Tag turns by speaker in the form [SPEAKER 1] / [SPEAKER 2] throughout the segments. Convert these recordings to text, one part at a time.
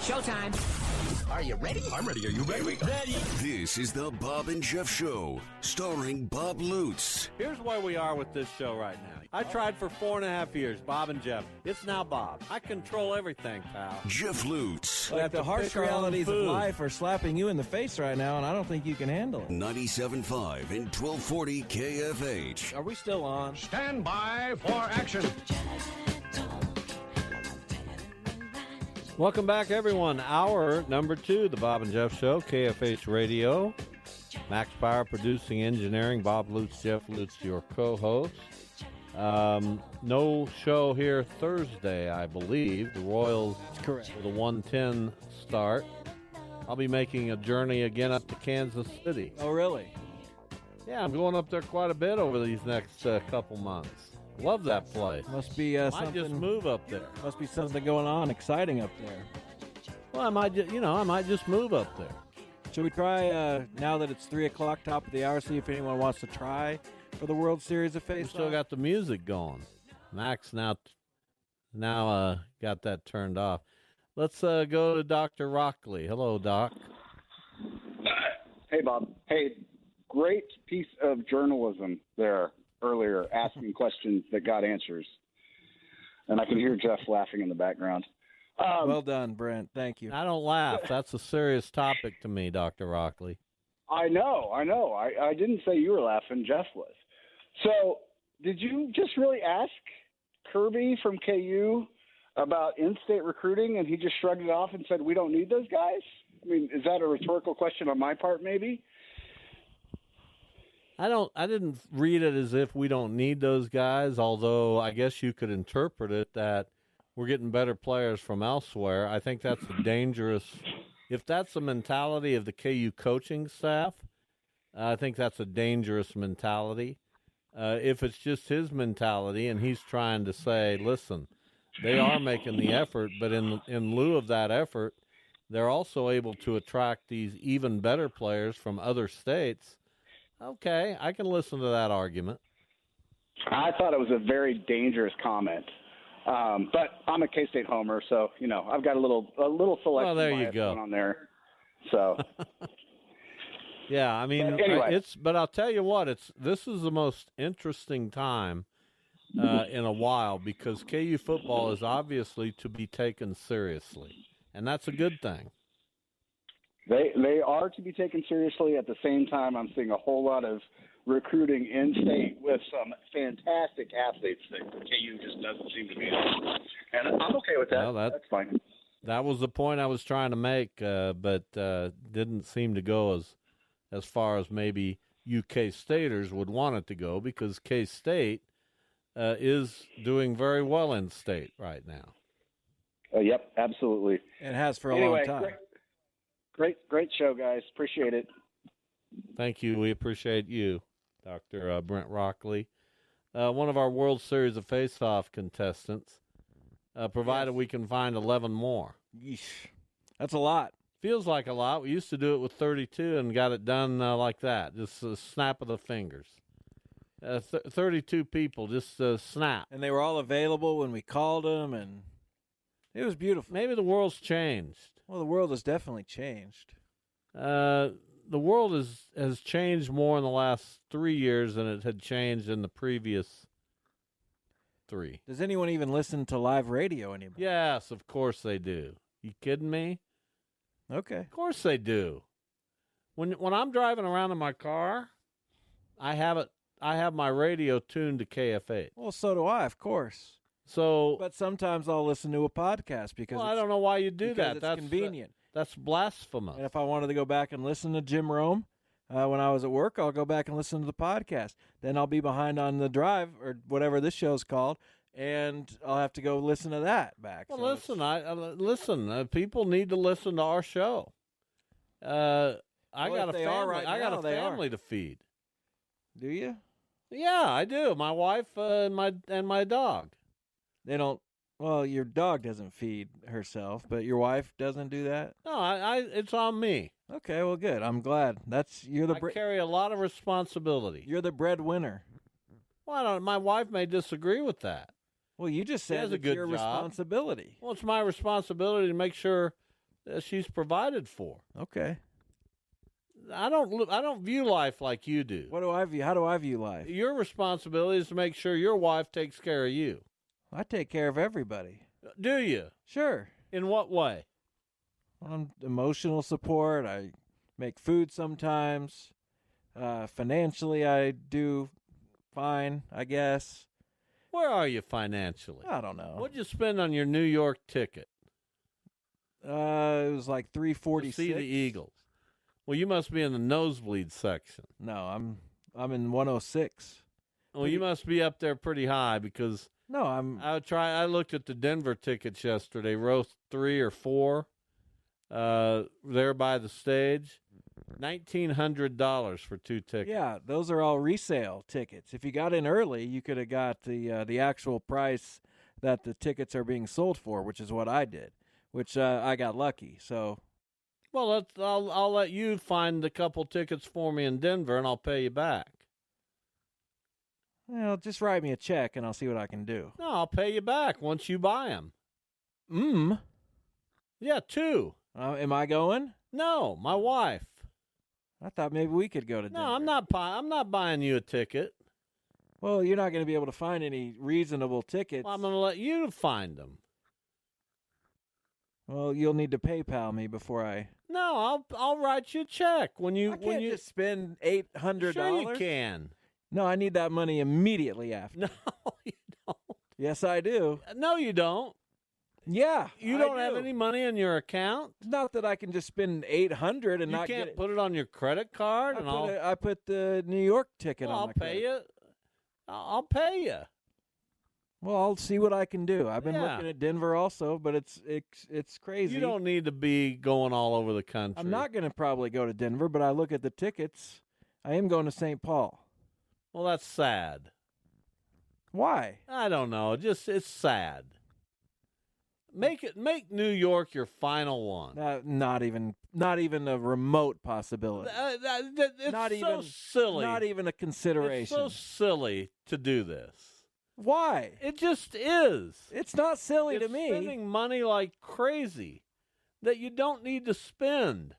[SPEAKER 1] Showtime. Are you ready?
[SPEAKER 2] I'm ready. Are you ready?
[SPEAKER 1] Ready.
[SPEAKER 3] This is the Bob and Jeff Show, starring Bob Lutz.
[SPEAKER 4] Here's where we are with this show right now. I tried for four and a half years, Bob and Jeff. It's now Bob. I control everything, pal.
[SPEAKER 3] Jeff Lutz,
[SPEAKER 5] Like the harsh realities of life are slapping you in the face right now, and I don't think you can handle it.
[SPEAKER 3] 97.5 and 1240 KFH.
[SPEAKER 5] Are we still on?
[SPEAKER 2] Stand by for action.
[SPEAKER 4] Welcome back, everyone. Hour number two, the Bob and Jeff Show, KFH Radio. Max Bauer producing engineering, Bob Lutz, Jeff Lutz, your co host. Um, no show here Thursday, I believe. The Royals
[SPEAKER 5] correct.
[SPEAKER 4] with a 110 start. I'll be making a journey again up to Kansas City.
[SPEAKER 5] Oh, really?
[SPEAKER 4] Yeah, I'm going up there quite a bit over these next uh, couple months. Love that place.
[SPEAKER 5] Must be uh,
[SPEAKER 4] Might just
[SPEAKER 5] something.
[SPEAKER 4] move up there.
[SPEAKER 5] Must be something going on, exciting up there.
[SPEAKER 4] Well, I might, ju- you know, I might just move up there.
[SPEAKER 5] Should we try uh, now that it's three o'clock, top of the hour? See if anyone wants to try for the World Series of
[SPEAKER 4] We
[SPEAKER 5] Face.
[SPEAKER 4] still got the music going. Max now, now uh, got that turned off. Let's uh, go to Doctor Rockley. Hello, Doc.
[SPEAKER 6] Hey, Bob. Hey, great piece of journalism there earlier, asking questions that got answers. And I can hear Jeff laughing in the background. Um,
[SPEAKER 5] well done, Brent. Thank you.
[SPEAKER 4] I don't laugh. That's a serious topic to me, Doctor Rockley.
[SPEAKER 6] I know, I know. I, I didn't say you were laughing, Jeff was. So, did you just really ask Kirby from KU about in state recruiting and he just shrugged it off and said, We don't need those guys? I mean, is that a rhetorical question on my part, maybe?
[SPEAKER 4] I don't. I didn't read it as if we don't need those guys. Although I guess you could interpret it that we're getting better players from elsewhere. I think that's a dangerous. If that's the mentality of the KU coaching staff, I think that's a dangerous mentality. Uh, if it's just his mentality and he's trying to say, "Listen, they are making the effort, but in in lieu of that effort, they're also able to attract these even better players from other states." Okay, I can listen to that argument.
[SPEAKER 6] I thought it was a very dangerous comment. Um, but I'm a K-State homer, so you know I've got a little a little selection
[SPEAKER 4] Well, there you
[SPEAKER 6] bias
[SPEAKER 4] go.
[SPEAKER 6] going on there. So
[SPEAKER 4] Yeah, I mean,
[SPEAKER 6] But anyway.
[SPEAKER 4] I- it's. But I'll tell you what, it's this is the most interesting time uh, in a while because KU football is obviously to be taken seriously, and that's a good thing.
[SPEAKER 6] they they are to be taken seriously. At the same time, I'm seeing a whole lot of recruiting in state with some fantastic athletes that KU just doesn't seem to be. on. And I'm okay with that.
[SPEAKER 4] Well, that-
[SPEAKER 6] That's fine.
[SPEAKER 4] That was the point I was trying to make, uh, but uh, didn't seem to go as as far as maybe UK staters would want it to go because K State uh, is doing very well in state right now.
[SPEAKER 6] Uh, yep, absolutely.
[SPEAKER 5] It has for a
[SPEAKER 6] anyway,
[SPEAKER 5] long time.
[SPEAKER 6] Great, great, great show, guys. Appreciate it.
[SPEAKER 4] Thank you. We appreciate you, Dr. Uh, Brent Rockley, uh, one of our World Series of Face-Off contestants, uh, provided we can find 11 more.
[SPEAKER 5] Yeesh. That's a lot.
[SPEAKER 4] Feels like a lot. We used to do it with 32 and got it done uh, like that, just a snap of the fingers. Uh, th- 32 people, just uh, snap.
[SPEAKER 5] And they were all available when we called them, and it was beautiful.
[SPEAKER 4] Maybe the world's changed.
[SPEAKER 5] Well, the world has definitely changed.
[SPEAKER 4] Uh, the world is, has changed more in the last three years than it had changed in the previous three.
[SPEAKER 5] Does anyone even listen to live radio anymore?
[SPEAKER 4] Yes, of course they do. You kidding me?
[SPEAKER 5] Okay.
[SPEAKER 4] Of course they do. When when I'm driving around in my car, I have it. I have my radio tuned to KFA.
[SPEAKER 5] Well, so do I, of course.
[SPEAKER 4] So
[SPEAKER 5] But sometimes I'll listen to a podcast because
[SPEAKER 4] well, I
[SPEAKER 5] it's-
[SPEAKER 4] don't know why you do
[SPEAKER 5] because
[SPEAKER 4] that.
[SPEAKER 5] It's
[SPEAKER 4] that's uh,
[SPEAKER 5] convenient.
[SPEAKER 4] that's blasphemous.
[SPEAKER 5] And if I wanted to go back and listen to Jim Rome uh, when I was at work, I'll go back and listen to the podcast. Then I'll be behind on the drive or whatever this show's called, and I'll have to go listen to that back.
[SPEAKER 4] Well,
[SPEAKER 5] So it's-
[SPEAKER 4] listen, I, I listen. Uh, people need to listen to our show. Uh, I
[SPEAKER 5] Well, if
[SPEAKER 4] got a
[SPEAKER 5] they are
[SPEAKER 4] family.
[SPEAKER 5] right
[SPEAKER 4] I got
[SPEAKER 5] now,
[SPEAKER 4] a
[SPEAKER 5] they are.
[SPEAKER 4] family to feed.
[SPEAKER 5] do you?
[SPEAKER 4] Yeah, I do. My wife uh, and my and my dog.
[SPEAKER 5] They don't. Well, your dog doesn't feed herself, but your wife doesn't do that.
[SPEAKER 4] No, I, I it's on me.
[SPEAKER 5] Okay, well, good. I'm glad. That's you're the
[SPEAKER 4] I
[SPEAKER 5] bre-
[SPEAKER 4] carry a lot of responsibility.
[SPEAKER 5] you're the breadwinner.
[SPEAKER 4] Well, I don't, my wife may disagree with that.
[SPEAKER 5] Well, you just
[SPEAKER 4] She has
[SPEAKER 5] said
[SPEAKER 4] a
[SPEAKER 5] it's
[SPEAKER 4] good
[SPEAKER 5] your
[SPEAKER 4] job.
[SPEAKER 5] responsibility.
[SPEAKER 4] Well, it's my responsibility to make sure that she's provided for.
[SPEAKER 5] Okay.
[SPEAKER 4] I don't li- I don't view life like you do.
[SPEAKER 5] What do I view? How do I view life?
[SPEAKER 4] Your responsibility is to make sure your wife takes care of you.
[SPEAKER 5] I take care of everybody.
[SPEAKER 4] Do you?
[SPEAKER 5] Sure.
[SPEAKER 4] In what way?
[SPEAKER 5] on emotional support. I make food sometimes. Uh, financially, I do fine, I guess.
[SPEAKER 4] Where are you financially?
[SPEAKER 5] I don't know.
[SPEAKER 4] What'd you spend on your New York ticket
[SPEAKER 5] Uh, it was like three
[SPEAKER 4] to
[SPEAKER 5] forty.
[SPEAKER 4] see the Eagles? Well, you must be in the nosebleed section.
[SPEAKER 5] No, I'm I'm in one oh six.
[SPEAKER 4] Well, you
[SPEAKER 5] Pretty-
[SPEAKER 4] must be up there pretty high because
[SPEAKER 5] No, I'm
[SPEAKER 4] I would try. I looked at the Denver tickets yesterday, row three or four, uh, there by the stage, nineteen hundred dollars for two tickets.
[SPEAKER 5] yeah. Those are all resale tickets. If you got in early, you could have got the uh, the actual price that the tickets are being sold for, which is what I did. Which uh, I got lucky. So
[SPEAKER 4] Well, let's, I'll I'll let you find a couple tickets for me in Denver, and I'll pay you back.
[SPEAKER 5] well, just write me a check and I'll see what I can do.
[SPEAKER 4] No, I'll pay you back once you buy them.
[SPEAKER 5] Mm.
[SPEAKER 4] Yeah, two.
[SPEAKER 5] Uh, am I going?
[SPEAKER 4] No, my wife.
[SPEAKER 5] I thought maybe we could go to
[SPEAKER 4] No,
[SPEAKER 5] Denver.
[SPEAKER 4] I'm not. Buy, I'm not buying you a ticket.
[SPEAKER 5] Well, you're not going to be able to find any reasonable tickets.
[SPEAKER 4] Well, I'm going to let you find them.
[SPEAKER 5] Well, you'll need to PayPal me before I.
[SPEAKER 4] No, I'll I'll write you a check when you
[SPEAKER 5] I can't
[SPEAKER 4] when you
[SPEAKER 5] just spend eight hundred
[SPEAKER 4] sure
[SPEAKER 5] dollars.
[SPEAKER 4] you can.
[SPEAKER 5] No, I need that money immediately after.
[SPEAKER 4] No, you don't.
[SPEAKER 5] Yes, I do.
[SPEAKER 4] No, you don't.
[SPEAKER 5] Yeah,
[SPEAKER 4] You
[SPEAKER 5] I
[SPEAKER 4] don't have
[SPEAKER 5] do.
[SPEAKER 4] any money in your account.
[SPEAKER 5] It's Not that I can just spend eight hundred and
[SPEAKER 4] you
[SPEAKER 5] not
[SPEAKER 4] can't
[SPEAKER 5] get.
[SPEAKER 4] put it on your credit card,
[SPEAKER 5] I
[SPEAKER 4] and
[SPEAKER 5] put
[SPEAKER 4] I'll
[SPEAKER 5] a- I put the New York ticket
[SPEAKER 4] well,
[SPEAKER 5] on
[SPEAKER 4] I'll
[SPEAKER 5] my
[SPEAKER 4] pay
[SPEAKER 5] credit.
[SPEAKER 4] you. I'll I'll pay you.
[SPEAKER 5] Well, I'll see what I can do. I've been
[SPEAKER 4] Yeah.
[SPEAKER 5] looking at Denver also, but it's it's it's crazy.
[SPEAKER 4] You don't need to be going all over the country.
[SPEAKER 5] I'm not going to probably go to Denver, but I look at the tickets. I am going to St. Paul.
[SPEAKER 4] Well, that's sad.
[SPEAKER 5] Why?
[SPEAKER 4] I don't know. Just it's sad. Make it make New York your final one.
[SPEAKER 5] Uh, not even, not even a remote possibility.
[SPEAKER 4] Uh, that- that- it's
[SPEAKER 5] not
[SPEAKER 4] so
[SPEAKER 5] even
[SPEAKER 4] silly.
[SPEAKER 5] Not even a
[SPEAKER 4] it's
[SPEAKER 5] consideration.
[SPEAKER 4] so silly to do this.
[SPEAKER 5] Why?
[SPEAKER 4] It just is.
[SPEAKER 5] It's not silly
[SPEAKER 4] it's
[SPEAKER 5] to me.
[SPEAKER 4] spending money like crazy that you don't need to spend.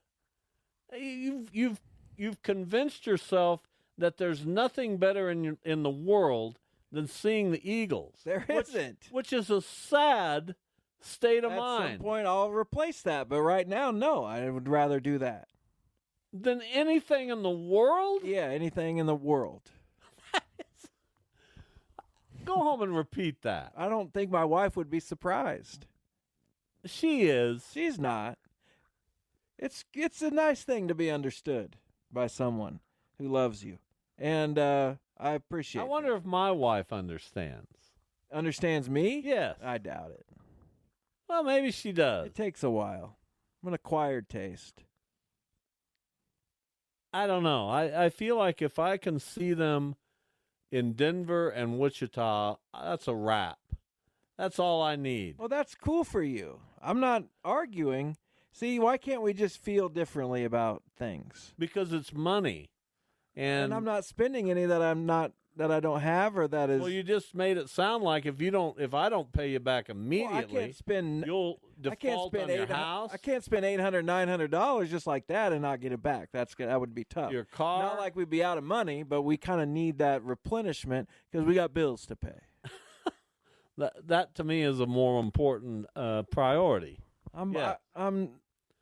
[SPEAKER 4] You've you've you've convinced yourself that there's nothing better in your, in the world than seeing the Eagles.
[SPEAKER 5] There
[SPEAKER 4] which-
[SPEAKER 5] isn't.
[SPEAKER 4] which is a sad state
[SPEAKER 5] At
[SPEAKER 4] of
[SPEAKER 5] some
[SPEAKER 4] mind.
[SPEAKER 5] point, I'll replace that. But right now, no. I would rather do that.
[SPEAKER 4] than anything in the world.
[SPEAKER 5] Yeah, anything in the world.
[SPEAKER 4] Go home and repeat that.
[SPEAKER 5] I don't think my wife would be surprised.
[SPEAKER 4] She is.
[SPEAKER 5] She's not. It's it's a nice thing to be understood by someone who loves you, and uh, I appreciate.
[SPEAKER 4] I wonder if my wife understands.
[SPEAKER 5] that. understands me.
[SPEAKER 4] Yes.
[SPEAKER 5] I doubt it.
[SPEAKER 4] Well, maybe she does.
[SPEAKER 5] It takes a while. I'm an acquired taste.
[SPEAKER 4] I don't know. I, I feel like if I can see them in Denver and Wichita, uh, that's a wrap. That's all I need.
[SPEAKER 5] Well, that's cool for you. I'm not arguing. See, why can't we just feel differently about things?
[SPEAKER 4] Because it's money.
[SPEAKER 5] And,
[SPEAKER 4] And,
[SPEAKER 5] I'm not spending any that I'm not that I don't have or that is.
[SPEAKER 4] Well, you just made it sound like if you don't if I don't pay you back
[SPEAKER 5] Well, I
[SPEAKER 4] immediately,
[SPEAKER 5] can't spend.
[SPEAKER 4] you'll
[SPEAKER 5] I can't
[SPEAKER 4] default
[SPEAKER 5] spend
[SPEAKER 4] on your
[SPEAKER 5] eight.
[SPEAKER 4] house.
[SPEAKER 5] I can't spend eight hundred, nine hundred dollars just like that and not get it back. That's good. That would be tough.
[SPEAKER 4] Your car.
[SPEAKER 5] Not like we'd be out of money, but we kind of need that replenishment because we got bills to pay.
[SPEAKER 4] That that to me is a more important uh, priority.
[SPEAKER 5] I'm,
[SPEAKER 4] Yeah.
[SPEAKER 5] I, am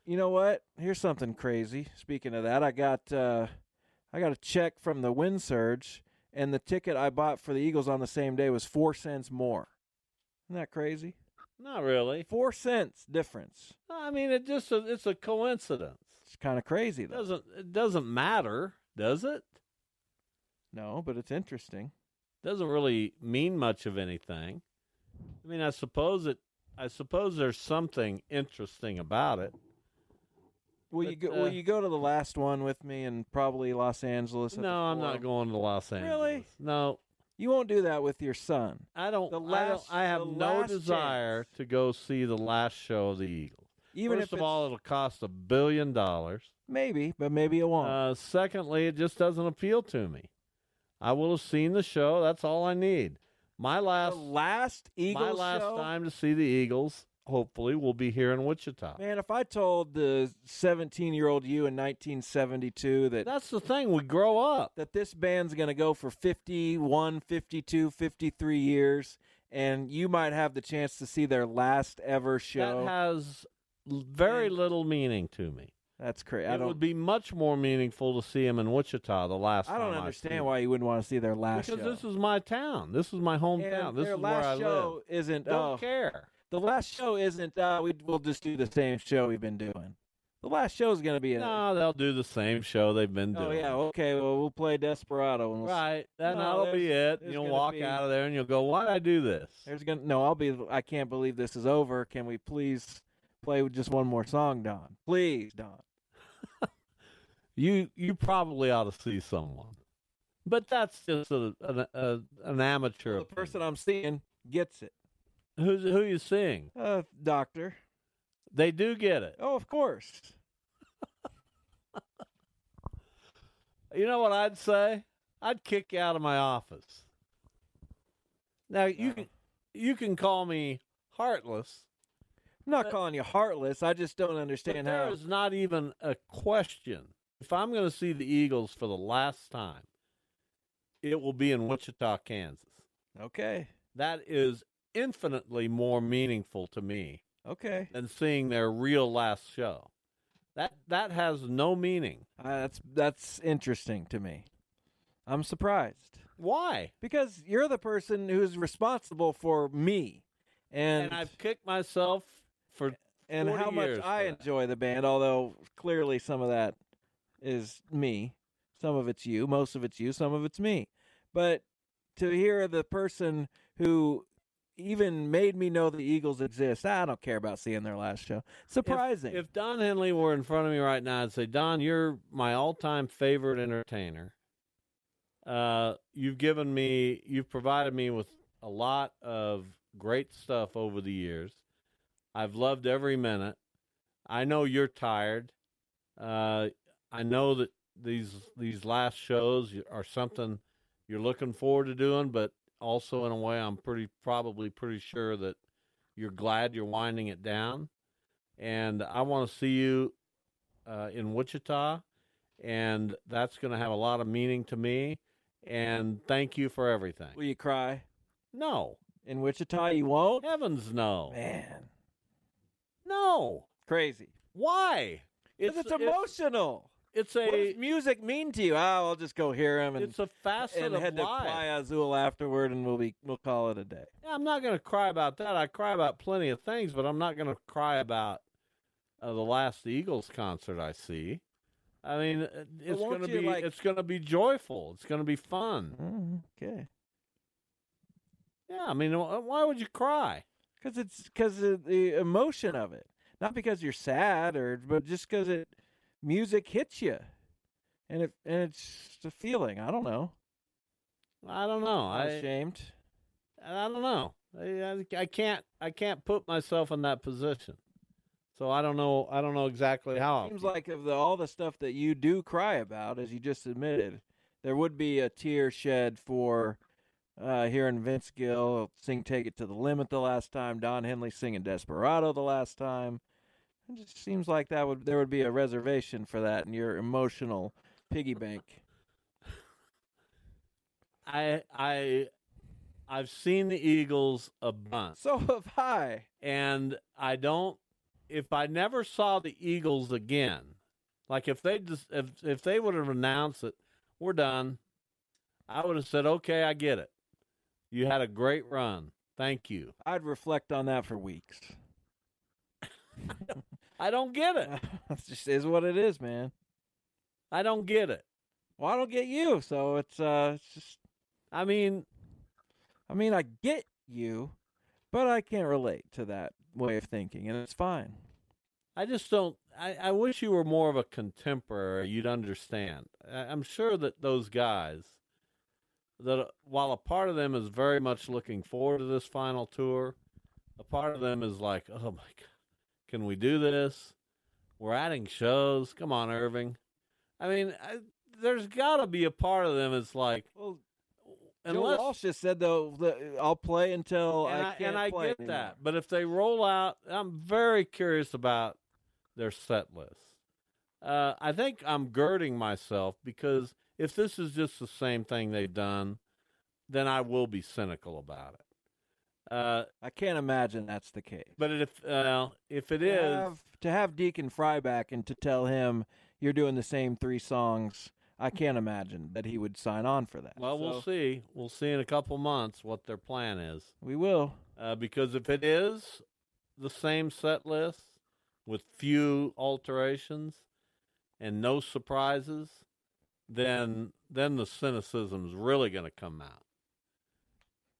[SPEAKER 5] you know what? Here's something crazy. Speaking of that, I got, uh, I got a check from the wind surge, and the ticket I bought for the Eagles on the same day was four cents more. Isn't that crazy?
[SPEAKER 4] Not really.
[SPEAKER 5] Four cents difference.
[SPEAKER 4] I mean, it just it's a coincidence.
[SPEAKER 5] It's kind of crazy
[SPEAKER 4] It
[SPEAKER 5] though.
[SPEAKER 4] doesn't it doesn't matter, does it?
[SPEAKER 5] No, but it's interesting.
[SPEAKER 4] Doesn't really mean much of anything. I mean, I suppose it. I suppose there's something interesting about it.
[SPEAKER 5] Will you
[SPEAKER 4] But,
[SPEAKER 5] go? will
[SPEAKER 4] uh,
[SPEAKER 5] you go to the last one with me and probably Los Angeles? At the
[SPEAKER 4] No, I'm not
[SPEAKER 5] Forum?
[SPEAKER 4] going to Los Angeles.
[SPEAKER 5] Really?
[SPEAKER 4] No,
[SPEAKER 5] You won't do that with your son.
[SPEAKER 4] I don't.
[SPEAKER 5] The
[SPEAKER 4] I, don't
[SPEAKER 5] last-
[SPEAKER 4] I have
[SPEAKER 5] the
[SPEAKER 4] no
[SPEAKER 5] last
[SPEAKER 4] desire
[SPEAKER 5] chance.
[SPEAKER 4] to go see the last show of the Eagles.
[SPEAKER 5] Even
[SPEAKER 4] First
[SPEAKER 5] if
[SPEAKER 4] of
[SPEAKER 5] it's-
[SPEAKER 4] all, it'll cost a billion dollars.
[SPEAKER 5] maybe, but maybe it won't.
[SPEAKER 4] Uh, secondly, it just doesn't appeal to me. I will have seen the show. That's all I need. My last,
[SPEAKER 5] the last
[SPEAKER 4] my
[SPEAKER 5] Eagles
[SPEAKER 4] last
[SPEAKER 5] show?
[SPEAKER 4] time to see the Eagles, hopefully, will be here in Wichita.
[SPEAKER 5] Man, if I told the 17 year old you in 1972 that
[SPEAKER 4] That's the thing. We grow up.
[SPEAKER 5] that this band's going to go for 51, 52, 53 years, and you might have the chance to see their last ever show.
[SPEAKER 4] That has l- very
[SPEAKER 5] And-
[SPEAKER 4] little meaning to me.
[SPEAKER 5] That's crazy. I
[SPEAKER 4] It
[SPEAKER 5] don't.
[SPEAKER 4] would be much more meaningful to see him in Wichita the last
[SPEAKER 5] I
[SPEAKER 4] time
[SPEAKER 5] don't
[SPEAKER 4] see
[SPEAKER 5] understand
[SPEAKER 4] him.
[SPEAKER 5] why you wouldn't want to see their last
[SPEAKER 4] Because
[SPEAKER 5] show.
[SPEAKER 4] this is my town. This is my hometown.
[SPEAKER 5] And
[SPEAKER 4] this
[SPEAKER 5] their
[SPEAKER 4] is
[SPEAKER 5] last
[SPEAKER 4] where I
[SPEAKER 5] show
[SPEAKER 4] live.
[SPEAKER 5] isn't.
[SPEAKER 4] Don't
[SPEAKER 5] oh,
[SPEAKER 4] care.
[SPEAKER 5] the last show isn't. Uh, we we'll just do the same show we've been doing. The last show is going to be. an
[SPEAKER 4] No, they'll do the same show they've been doing.
[SPEAKER 5] oh yeah. Okay. Well, we'll play Desperado and we'll
[SPEAKER 4] Right. That,
[SPEAKER 5] No,
[SPEAKER 4] that'll be
[SPEAKER 5] there's-
[SPEAKER 4] it.
[SPEAKER 5] there's
[SPEAKER 4] You'll
[SPEAKER 5] gonna
[SPEAKER 4] walk
[SPEAKER 5] be-
[SPEAKER 4] out of there and you'll go, why did I do this?
[SPEAKER 5] There's gonna no. I'll be. I can't believe this is over. Can we please play with just one more song, Don? Please, Don.
[SPEAKER 4] You you probably ought to see someone. But that's just a, an, a, an amateur.
[SPEAKER 5] the person I'm seeing gets it.
[SPEAKER 4] Who's, who you seeing?
[SPEAKER 5] Uh, doctor.
[SPEAKER 4] They do get it.
[SPEAKER 5] Oh, of course.
[SPEAKER 4] You know what I'd say? I'd kick you out of my office. Now
[SPEAKER 5] Uh-huh.
[SPEAKER 4] you can you can call me heartless.
[SPEAKER 5] I'm not calling you heartless. I just don't
[SPEAKER 4] Uh, But
[SPEAKER 5] understand
[SPEAKER 4] there
[SPEAKER 5] how.
[SPEAKER 4] is not even a question. If I'm going to see the Eagles for the last time, it will be in Wichita, Kansas.
[SPEAKER 5] Okay.
[SPEAKER 4] That is infinitely more meaningful to me
[SPEAKER 5] Okay.
[SPEAKER 4] than seeing their real last show. That that has no meaning.
[SPEAKER 5] Uh, that's that's interesting to me. I'm surprised
[SPEAKER 4] Why?
[SPEAKER 5] because you're the person who's responsible for me, and
[SPEAKER 4] And, I've kicked myself for
[SPEAKER 5] and
[SPEAKER 4] 40
[SPEAKER 5] how much
[SPEAKER 4] years
[SPEAKER 5] I
[SPEAKER 4] for that.
[SPEAKER 5] enjoy the band, although clearly some of that is me. Some of it's you, most of it's you, some of it's me. But to hear the person who even made me know the Eagles exist, I don't care about seeing their last show. Surprising.
[SPEAKER 4] If, if Don Henley were in front of me right now, I'd say, Don, you're my all-time favorite entertainer. Uh, you've given me, you've provided me with a lot of great stuff over the years. I've loved every minute. I know you're tired. Uh, I know that these these last shows are something you're looking forward to doing, but also in a way, I'm pretty probably pretty sure that you're glad you're winding it down and I want to see you uh, in Wichita, and that's going to have a lot of meaning to me. And thank you for everything.
[SPEAKER 5] Will you cry?
[SPEAKER 4] No,
[SPEAKER 5] In Wichita, you won't?
[SPEAKER 4] heavens, no,
[SPEAKER 5] Man,
[SPEAKER 4] no.
[SPEAKER 5] crazy.
[SPEAKER 4] Why?
[SPEAKER 5] 'Cause It's, emotional.
[SPEAKER 4] It's,
[SPEAKER 5] what does
[SPEAKER 4] a
[SPEAKER 5] music mean to you? Oh, I'll just go hear him and,
[SPEAKER 4] it's a facet
[SPEAKER 5] and
[SPEAKER 4] of
[SPEAKER 5] head to
[SPEAKER 4] life.
[SPEAKER 5] Playa Azul afterward, and we'll be we'll call it a day.
[SPEAKER 4] Yeah, I'm not going to cry about that. I cry about plenty of things, but I'm not going to cry about uh, the last Eagles concert I see. I mean, uh, it's
[SPEAKER 5] won't
[SPEAKER 4] going to
[SPEAKER 5] you,
[SPEAKER 4] be
[SPEAKER 5] like-
[SPEAKER 4] it's going to be joyful. It's going to be fun.
[SPEAKER 5] Mm, Okay.
[SPEAKER 4] Yeah, I mean, wh- why would you cry?
[SPEAKER 5] Because it's because of the emotion of it, not because you're sad or, but just because it music hits you, and it and it's just a feeling. I don't know.
[SPEAKER 4] I don't know.
[SPEAKER 5] I'm
[SPEAKER 4] I
[SPEAKER 5] ashamed.
[SPEAKER 4] I don't know. I, I- I can't I can't put myself in that position. So I don't know. I don't know exactly how. I'll
[SPEAKER 5] Seems
[SPEAKER 4] feel.
[SPEAKER 5] like of the, all the stuff that you do cry about, as you just admitted, there would be a tear shed for uh, hearing Vince Gill sing "Take It to the Limit" the last time, Don Henley singing "Desperado" the last time. It just seems like that would there would be a reservation for that in your emotional piggy bank.
[SPEAKER 4] I I I've seen the Eagles a bunch.
[SPEAKER 5] So have I.
[SPEAKER 4] and I don't. If I never saw the Eagles again, like if they just if if they would have announced it, we're done. I would have said, okay, I get it. You had a great run. Thank you.
[SPEAKER 5] I'd reflect on that for weeks.
[SPEAKER 4] I don't get it.
[SPEAKER 5] it just is what it is, man.
[SPEAKER 4] I don't get it.
[SPEAKER 5] Well, I don't get you, so it's uh, it's just.
[SPEAKER 4] I mean,
[SPEAKER 5] I mean, I get you, but I can't relate to that way of thinking, and it's fine.
[SPEAKER 4] I just don't. I, I wish you were more of a contemporary. You'd understand. I, I'm sure that those guys, that uh, while a part of them is very much looking forward to this final tour, a part of them is like, oh my God, can we do this? We're adding shows. Come on, Irving. I mean, I, there's got to be a part of them is like,
[SPEAKER 5] Well,
[SPEAKER 4] unless.
[SPEAKER 5] Joe Walsh just said though, that uh, I'll play until
[SPEAKER 4] and
[SPEAKER 5] I,
[SPEAKER 4] I,
[SPEAKER 5] can't
[SPEAKER 4] and I
[SPEAKER 5] play
[SPEAKER 4] get
[SPEAKER 5] anymore.
[SPEAKER 4] that. But if they roll out, I'm very curious about their set list. Uh, I think I'm girding myself because if this is just the same thing they've done, then I will be cynical about it. Uh,
[SPEAKER 5] I can't imagine that's the case.
[SPEAKER 4] but if uh, if it
[SPEAKER 5] to
[SPEAKER 4] is,
[SPEAKER 5] have, to have Deacon Fry back and to tell him you're doing the same three songs. I can't imagine that he would sign on for that.
[SPEAKER 4] well, we'll
[SPEAKER 5] So,
[SPEAKER 4] see. We'll see in a couple months what their plan is.
[SPEAKER 5] We will.
[SPEAKER 4] uh, because if it is the same set list with few alterations and no surprises, then then the cynicism's really going to come out.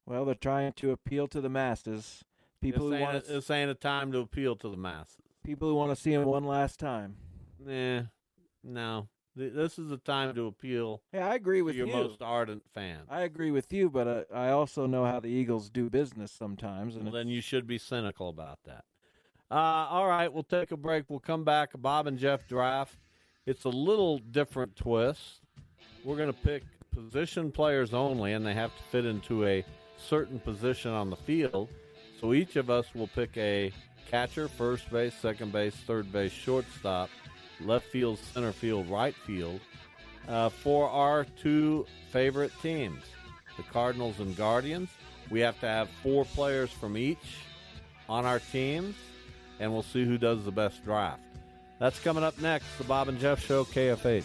[SPEAKER 5] Well, they're trying to appeal to the masses, people
[SPEAKER 4] this,
[SPEAKER 5] who
[SPEAKER 4] ain't
[SPEAKER 5] want
[SPEAKER 4] a, this ain't a time to appeal to the masses.
[SPEAKER 5] people who want to see him one last time.
[SPEAKER 4] Nah, no, Th- this is a time to appeal
[SPEAKER 5] Yeah, I agree
[SPEAKER 4] to
[SPEAKER 5] with
[SPEAKER 4] your
[SPEAKER 5] you.
[SPEAKER 4] most ardent fans.
[SPEAKER 5] I agree with you, but uh, I also know how the Eagles do business sometimes, and
[SPEAKER 4] Well, then
[SPEAKER 5] it's-
[SPEAKER 4] you should be cynical about that. Uh, all right, we'll take a break. We'll come back. Bob and Jeff draft. It's a little different twist. We're going to pick position players only, and they have to fit into a certain position on the field. So each of us will pick a catcher, first base, second base, third base, shortstop, left field, center field, right field uh, for our two favorite teams, the Cardinals and Guardians. We have to have four players from each on our teams, and we'll see who does the best draft. That's coming up next, the Bob and Jeff Show, KFH.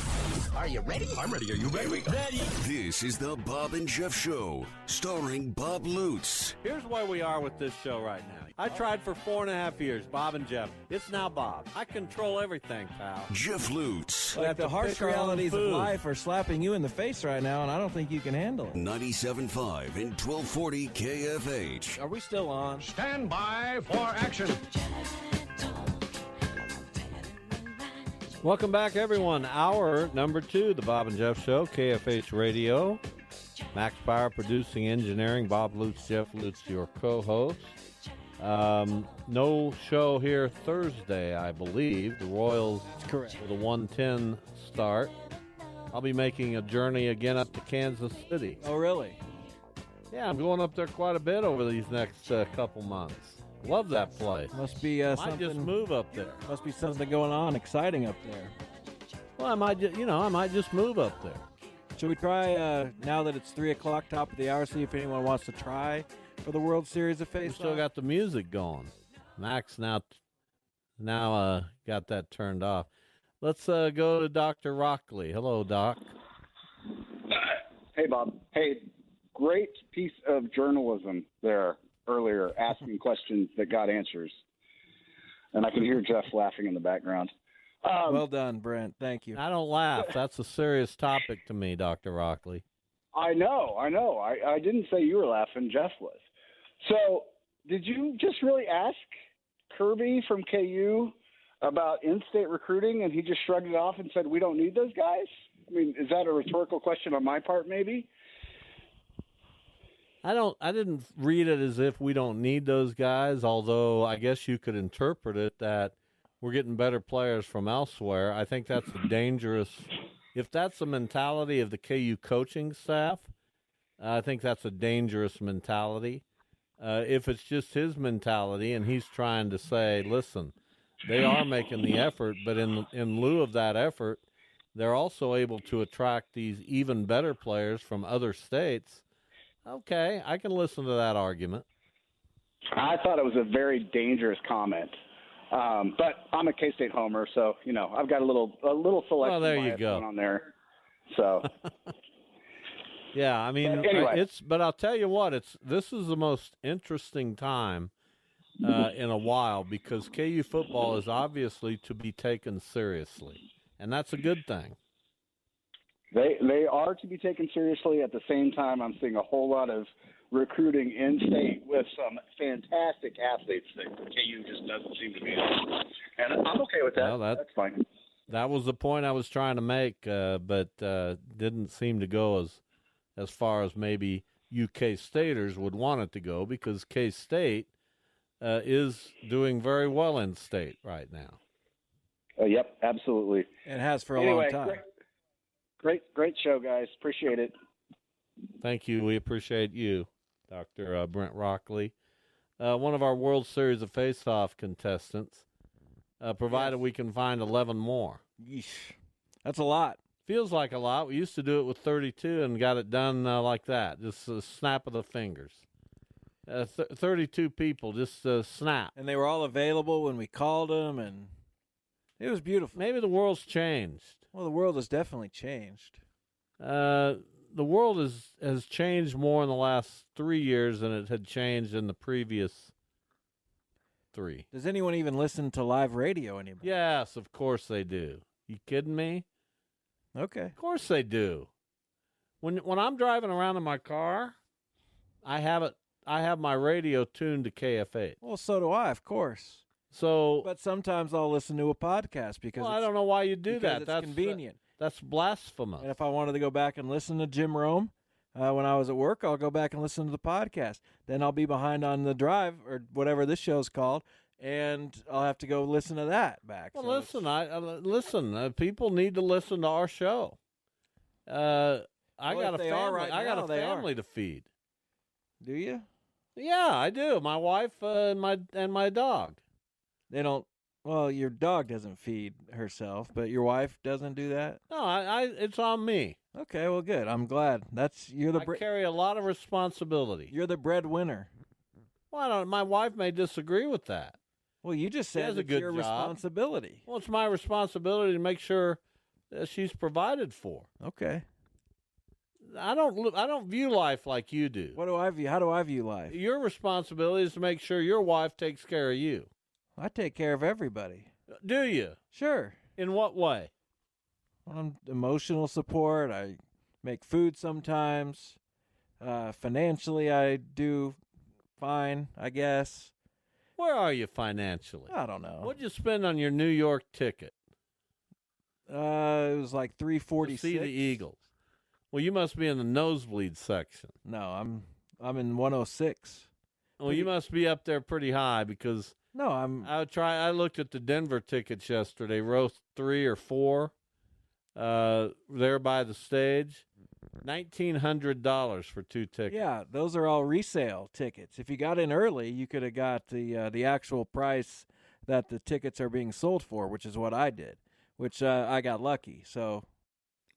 [SPEAKER 1] Are you ready?
[SPEAKER 2] I'm ready. Are you ready? Ready.
[SPEAKER 3] This is the Bob and Jeff Show, starring Bob Lutz.
[SPEAKER 4] Here's where we are with this show right now. I tried for four and a half years, Bob and Jeff. It's now Bob. I control everything, pal.
[SPEAKER 3] Jeff Lutz,
[SPEAKER 4] I
[SPEAKER 5] like
[SPEAKER 4] have
[SPEAKER 5] the
[SPEAKER 4] to
[SPEAKER 5] harsh
[SPEAKER 4] pick our own
[SPEAKER 5] realities of
[SPEAKER 4] food.
[SPEAKER 5] life are slapping you in the face right now, and I don't think you can handle it.
[SPEAKER 3] 97.5 and 1240 KFH.
[SPEAKER 5] Are we still on?
[SPEAKER 2] Stand by for action.
[SPEAKER 4] Welcome back, everyone. Hour number two, the Bob and Jeff Show, KFH Radio. Max Power producing engineering, Bob Lutz, Jeff Lutz, your co host. Um, no show here Thursday, I believe. The Royals
[SPEAKER 5] That's correct.
[SPEAKER 4] with a 110 start. I'll be making a journey again up to Kansas City.
[SPEAKER 5] Oh, really?
[SPEAKER 4] Yeah, I'm going up there quite a bit over these next uh, couple months. Love that place.
[SPEAKER 5] Must be uh,
[SPEAKER 4] Might
[SPEAKER 5] something.
[SPEAKER 4] just move up there.
[SPEAKER 5] Must be something going on exciting up there.
[SPEAKER 4] Well, I might, ju- you know, I might just move up there.
[SPEAKER 5] Should we try uh, now that it's three o'clock, top of the hour? See if anyone wants to try for the World Series of
[SPEAKER 4] We
[SPEAKER 5] Face.
[SPEAKER 4] still got the music going. Max now, now uh, got that turned off. Let's uh, go to Doctor Rockley. Hello, Doc.
[SPEAKER 6] Hey, Bob. Hey, great piece of journalism there earlier, asking questions that got answers. And I can hear Jeff laughing in the background. Um,
[SPEAKER 5] well done, Brent. Thank you.
[SPEAKER 4] I don't laugh. That's a serious topic to me, Doctor Rockley.
[SPEAKER 6] I know, I know. I, I didn't say you were laughing, Jeff was. So, did you just really ask Kirby from KU about in state recruiting and he just shrugged it off and said, We don't need those guys? I mean, is that a rhetorical question on my part, maybe?
[SPEAKER 4] I don't. I didn't read it as if we don't need those guys. Although I guess you could interpret it that we're getting better players from elsewhere. I think that's a dangerous. If that's the mentality of the KU coaching staff, I think that's a dangerous mentality. Uh, if it's just his mentality and he's trying to say, listen, they are making the effort, but in in lieu of that effort, they're also able to attract these even better players from other states. Okay, I can listen to that argument.
[SPEAKER 6] I thought it was a very dangerous comment. Um, but I'm a K State homer, so you know I've got a little a little selection
[SPEAKER 4] Well, there you
[SPEAKER 6] bias
[SPEAKER 4] go.
[SPEAKER 6] going on there. So
[SPEAKER 4] Yeah, I mean,
[SPEAKER 6] But anyway.
[SPEAKER 4] I- it's but I'll tell you what, it's this is the most interesting time uh, in a while because KU football is obviously to be taken seriously, and that's a good thing.
[SPEAKER 6] They they are to be taken seriously. At the same time, I'm seeing a whole lot of recruiting in state with some fantastic athletes that KU just doesn't seem to be. on. And I'm okay with that.
[SPEAKER 4] Well, that-
[SPEAKER 6] That's fine.
[SPEAKER 4] That was the point I was trying to make, uh, but uh, didn't seem to go as as far as maybe UK Staters would want it to go because K State uh, is doing very well in state right now.
[SPEAKER 6] Uh, yep, absolutely.
[SPEAKER 5] It has for a
[SPEAKER 6] anyway,
[SPEAKER 5] long time.
[SPEAKER 6] Great, great, great show, guys. Appreciate it.
[SPEAKER 4] Thank you. We appreciate you, Dr. Uh, Brent Rockley, uh, one of our World Series of Face-Off contestants, uh, provided we can find 11 more.
[SPEAKER 5] Yeesh. That's a lot.
[SPEAKER 4] Feels like a lot. We used to do it with 32 and got it done uh, like that, just a snap of the fingers. Uh, th- 32 people, just uh, snap.
[SPEAKER 5] And they were all available when we called them, and it was beautiful.
[SPEAKER 4] Maybe the world's changed.
[SPEAKER 5] Well, the world has definitely changed.
[SPEAKER 4] Uh, the world is, has changed more in the last three years than it had changed in the previous three.
[SPEAKER 5] Does anyone even listen to live radio anymore?
[SPEAKER 4] Yes, of course they do. You kidding me?
[SPEAKER 5] Okay.
[SPEAKER 4] Of course they do. When when I'm driving around in my car, I have it. I have my radio tuned to KFA.
[SPEAKER 5] Well, so do I, of course.
[SPEAKER 4] So
[SPEAKER 5] But sometimes I'll listen to a podcast because
[SPEAKER 4] well, I
[SPEAKER 5] it's-
[SPEAKER 4] don't know why you do
[SPEAKER 5] because
[SPEAKER 4] that.
[SPEAKER 5] It's
[SPEAKER 4] That's uh,
[SPEAKER 5] convenient.
[SPEAKER 4] that's blasphemous.
[SPEAKER 5] And if I wanted to go back and listen to Jim Rome uh, when I was at work, I'll go back and listen to the podcast. Then I'll be behind on the drive or whatever this show's called, and I'll have to go listen to that back.
[SPEAKER 4] well,
[SPEAKER 5] So it's-
[SPEAKER 4] listen, I, I listen. Uh, people need to listen to our show. Uh, I
[SPEAKER 5] Well,
[SPEAKER 4] got a
[SPEAKER 5] if they are
[SPEAKER 4] family.
[SPEAKER 5] right
[SPEAKER 4] I got
[SPEAKER 5] now,
[SPEAKER 4] a
[SPEAKER 5] they are.
[SPEAKER 4] family to feed.
[SPEAKER 5] do you?
[SPEAKER 4] Yeah, I do. My wife uh, and my and my dog.
[SPEAKER 5] They don't. Well, your dog doesn't feed herself, but your wife doesn't do that.
[SPEAKER 4] No, I, I it's on me.
[SPEAKER 5] Okay, well, good. I'm glad. That's you're the
[SPEAKER 4] I
[SPEAKER 5] bre-
[SPEAKER 4] carry a lot of responsibility.
[SPEAKER 5] you're the breadwinner.
[SPEAKER 4] Why don't my wife may disagree with that?
[SPEAKER 5] Well, you just
[SPEAKER 4] She
[SPEAKER 5] said
[SPEAKER 4] has a
[SPEAKER 5] it's
[SPEAKER 4] good
[SPEAKER 5] your
[SPEAKER 4] job.
[SPEAKER 5] responsibility.
[SPEAKER 4] Well, it's my responsibility to make sure that she's provided for.
[SPEAKER 5] Okay.
[SPEAKER 4] I don't li- I don't view life like you do.
[SPEAKER 5] What do I view? How do I view life?
[SPEAKER 4] Your responsibility is to make sure your wife takes care of you.
[SPEAKER 5] I take care of everybody.
[SPEAKER 4] Do you?
[SPEAKER 5] Sure.
[SPEAKER 4] In what way?
[SPEAKER 5] um, emotional support. I make food sometimes. Uh, financially, I do fine, I guess.
[SPEAKER 4] Where are you financially?
[SPEAKER 5] I don't know.
[SPEAKER 4] What'd you spend on your New York ticket
[SPEAKER 5] Uh, it was like three
[SPEAKER 4] to
[SPEAKER 5] forty
[SPEAKER 4] see
[SPEAKER 5] six.
[SPEAKER 4] the Eagles? Well, you must be in the nosebleed section.
[SPEAKER 5] No, I'm I'm in one oh six.
[SPEAKER 4] Well, you
[SPEAKER 5] Pretty-
[SPEAKER 4] must be up there pretty high because
[SPEAKER 5] No, I'm
[SPEAKER 4] I would try. I looked at the Denver tickets yesterday, row three or four, uh, there by the stage. Nineteen hundred dollars for two tickets.
[SPEAKER 5] Yeah, those are all resale tickets. If you got in early, you could have got the uh, the actual price that the tickets are being sold for, which is what I did, which uh, I got lucky. So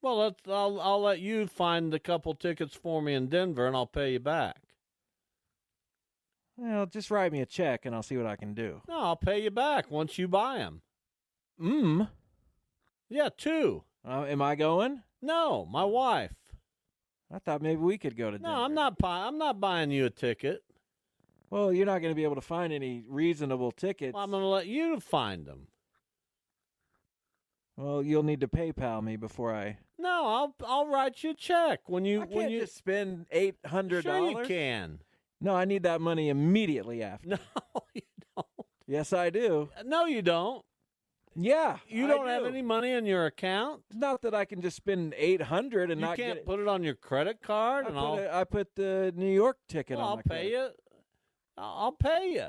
[SPEAKER 4] Well, let's, I'll I'll let you find a couple tickets for me in Denver, and I'll pay you back.
[SPEAKER 5] Well, just write me a check and I'll see what I can do.
[SPEAKER 4] No, I'll pay you back once you buy them.
[SPEAKER 5] Mm.
[SPEAKER 4] Yeah, two.
[SPEAKER 5] Uh, am I going?
[SPEAKER 4] No, my wife.
[SPEAKER 5] I thought maybe we could go to
[SPEAKER 4] No,
[SPEAKER 5] Denver.
[SPEAKER 4] I'm not. Buy- I'm not buying you a ticket.
[SPEAKER 5] Well, you're not going to be able to find any reasonable tickets.
[SPEAKER 4] Well, I'm going to let you find them.
[SPEAKER 5] Well, you'll need to PayPal me before I.
[SPEAKER 4] No, I'll I'll write you a check when you
[SPEAKER 5] I
[SPEAKER 4] when
[SPEAKER 5] can't
[SPEAKER 4] you
[SPEAKER 5] just spend eight hundred
[SPEAKER 4] sure
[SPEAKER 5] dollars.
[SPEAKER 4] you can.
[SPEAKER 5] No, I need that money immediately after.
[SPEAKER 4] No, you don't.
[SPEAKER 5] Yes, I do.
[SPEAKER 4] No, you don't.
[SPEAKER 5] Yeah,
[SPEAKER 4] You
[SPEAKER 5] I
[SPEAKER 4] don't have
[SPEAKER 5] do.
[SPEAKER 4] any money in your account.
[SPEAKER 5] It's not that I can just spend eight hundred and
[SPEAKER 4] you
[SPEAKER 5] not
[SPEAKER 4] can't
[SPEAKER 5] get.
[SPEAKER 4] put it on your credit
[SPEAKER 5] I
[SPEAKER 4] card,
[SPEAKER 5] put,
[SPEAKER 4] and I'll
[SPEAKER 5] a- I put the New York ticket
[SPEAKER 4] well,
[SPEAKER 5] on
[SPEAKER 4] I'll
[SPEAKER 5] my
[SPEAKER 4] pay
[SPEAKER 5] credit.
[SPEAKER 4] you. I'll I'll pay you.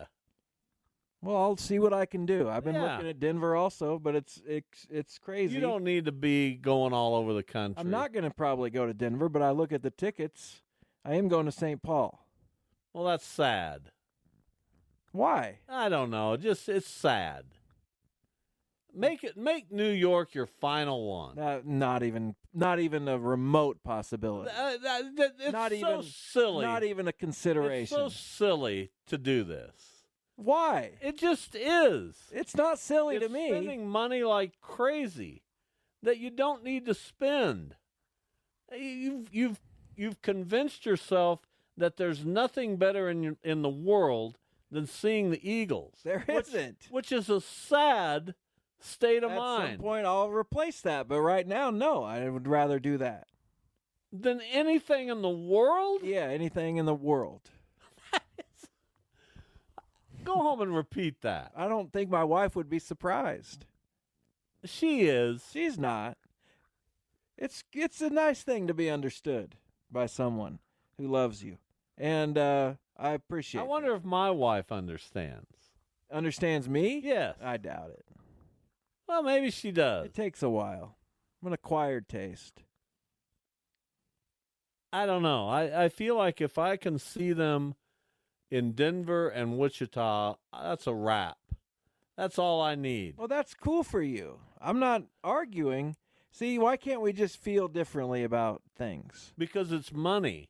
[SPEAKER 5] Well, I'll see what I can do. I've been
[SPEAKER 4] Yeah.
[SPEAKER 5] looking at Denver also, but it's it's it's crazy.
[SPEAKER 4] You don't need to be going all over the country.
[SPEAKER 5] I'm not going to probably go to Denver, but I look at the tickets. I am going to St. Paul.
[SPEAKER 4] Well, that's sad.
[SPEAKER 5] Why?
[SPEAKER 4] I don't know. Just it's sad. Make it make New York your final one.
[SPEAKER 5] Uh, not even not even a remote possibility.
[SPEAKER 4] Uh, that- that- it's
[SPEAKER 5] not
[SPEAKER 4] so
[SPEAKER 5] even
[SPEAKER 4] silly.
[SPEAKER 5] Not even a
[SPEAKER 4] it's
[SPEAKER 5] consideration.
[SPEAKER 4] so silly to do this.
[SPEAKER 5] Why?
[SPEAKER 4] It just is.
[SPEAKER 5] It's not silly
[SPEAKER 4] It's
[SPEAKER 5] to me.
[SPEAKER 4] Spending money like crazy that you don't need to spend. You've you've you've convinced yourself that there's nothing better in your, in the world than seeing the Eagles.
[SPEAKER 5] There
[SPEAKER 4] which,
[SPEAKER 5] isn't.
[SPEAKER 4] which is a sad state of
[SPEAKER 5] At
[SPEAKER 4] mind.
[SPEAKER 5] some point, I'll replace that, but right now, no. I would rather do that.
[SPEAKER 4] than anything in the world.
[SPEAKER 5] Yeah, anything in the world.
[SPEAKER 4] Go home and repeat that.
[SPEAKER 5] I don't think my wife would be surprised.
[SPEAKER 4] She is.
[SPEAKER 5] She's not. It's it's a nice thing to be understood by someone who loves you, and uh, I appreciate.
[SPEAKER 4] I wonder if my wife understands.
[SPEAKER 5] that. understands me.
[SPEAKER 4] Yes.
[SPEAKER 5] I doubt it.
[SPEAKER 4] Well, maybe she does.
[SPEAKER 5] It takes a while. I'm an acquired taste.
[SPEAKER 4] I don't know. I, I feel like if I can see them in Denver and Wichita, uh, that's a wrap. That's all I need.
[SPEAKER 5] Well, that's cool for you. I'm not arguing. See, why can't we just feel differently about things?
[SPEAKER 4] Because it's money.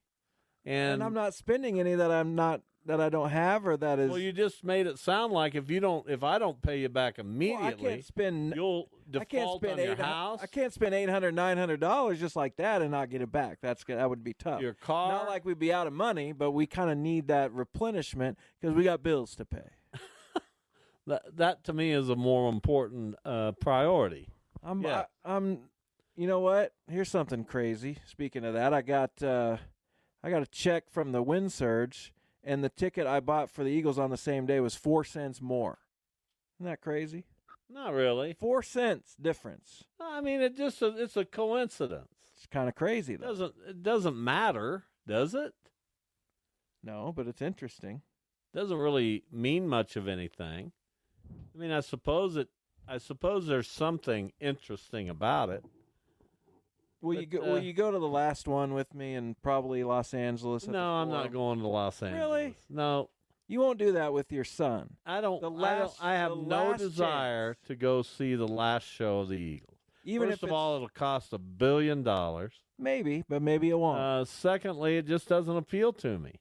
[SPEAKER 5] And,
[SPEAKER 4] And,
[SPEAKER 5] I'm not spending any that I'm not that I don't have or that is.
[SPEAKER 4] Well, you just made it sound like if you don't if I don't pay you back
[SPEAKER 5] Well, I
[SPEAKER 4] immediately,
[SPEAKER 5] can't spend.
[SPEAKER 4] you'll
[SPEAKER 5] I can't
[SPEAKER 4] default
[SPEAKER 5] spend
[SPEAKER 4] on your
[SPEAKER 5] eight. hun-
[SPEAKER 4] house.
[SPEAKER 5] I can't spend eight hundred, nine hundred dollars just like that and not get it back. That's good. that would be tough.
[SPEAKER 4] Your car.
[SPEAKER 5] Not like we'd be out of money, but we kind of need that replenishment because we got bills to pay.
[SPEAKER 4] That that to me is a more important uh, priority.
[SPEAKER 5] I'm,
[SPEAKER 4] Yeah.
[SPEAKER 5] I, I'm, you know what? Here's something crazy. Speaking of that, I got, uh, I got a check from the wind surge, and the ticket I bought for the Eagles on the same day was four cents more. Isn't that crazy?
[SPEAKER 4] Not really.
[SPEAKER 5] Four cents difference.
[SPEAKER 4] I mean, it just it's a coincidence.
[SPEAKER 5] It's kind of crazy
[SPEAKER 4] It
[SPEAKER 5] though.
[SPEAKER 4] doesn't it doesn't matter, does it?
[SPEAKER 5] No, but it's interesting.
[SPEAKER 4] Doesn't really mean much of anything. I mean, I suppose it. I suppose there's something interesting about it.
[SPEAKER 5] Will you
[SPEAKER 4] But,
[SPEAKER 5] go? will
[SPEAKER 4] uh,
[SPEAKER 5] you go to the last one with me and probably Los Angeles? at the
[SPEAKER 4] No, I'm not
[SPEAKER 5] Forum?
[SPEAKER 4] going to Los Angeles.
[SPEAKER 5] Really?
[SPEAKER 4] No,
[SPEAKER 5] You won't do that with your son.
[SPEAKER 4] I don't.
[SPEAKER 5] The
[SPEAKER 4] I, don't
[SPEAKER 5] last-
[SPEAKER 4] I have
[SPEAKER 5] the
[SPEAKER 4] no
[SPEAKER 5] last
[SPEAKER 4] desire
[SPEAKER 5] chance.
[SPEAKER 4] to go see the last show of the Eagles.
[SPEAKER 5] Even
[SPEAKER 4] First
[SPEAKER 5] if
[SPEAKER 4] of all,
[SPEAKER 5] it's-
[SPEAKER 4] it'll cost a billion dollars.
[SPEAKER 5] maybe, but maybe it won't.
[SPEAKER 4] Uh, secondly, it just doesn't appeal to me.